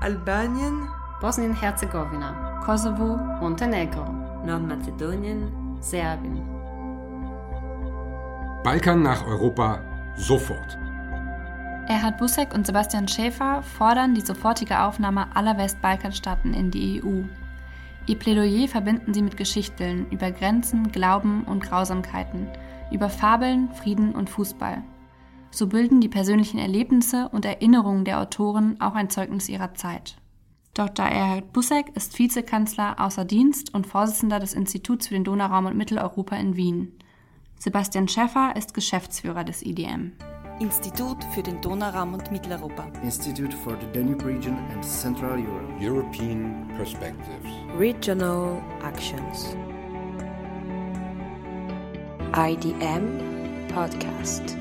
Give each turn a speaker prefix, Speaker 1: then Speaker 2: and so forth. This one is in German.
Speaker 1: Albanien,
Speaker 2: Bosnien-Herzegowina, Kosovo, Montenegro,
Speaker 3: Nordmazedonien,
Speaker 2: Serbien.
Speaker 4: Balkan nach Europa sofort.
Speaker 5: Erhard Busseck und Sebastian Schäfer fordern die sofortige Aufnahme aller Westbalkanstaaten in die EU. Ihr Plädoyer verbinden sie mit Geschichten über Grenzen, Glauben und Grausamkeiten, über Fabeln, Frieden und Fußball. So bilden die persönlichen Erlebnisse und Erinnerungen der Autoren auch ein Zeugnis ihrer Zeit. Dr. Erhard Busseck ist Vizekanzler außer Dienst und Vorsitzender des Instituts für den Donauraum und Mitteleuropa in Wien. Sebastian Schäffer ist Geschäftsführer des IDM.
Speaker 6: Institut für den Donauraum und Mitteleuropa.
Speaker 7: Institute for the Danube Region and Central Europe.
Speaker 4: European Perspectives.
Speaker 3: Regional Actions. IDM Podcast.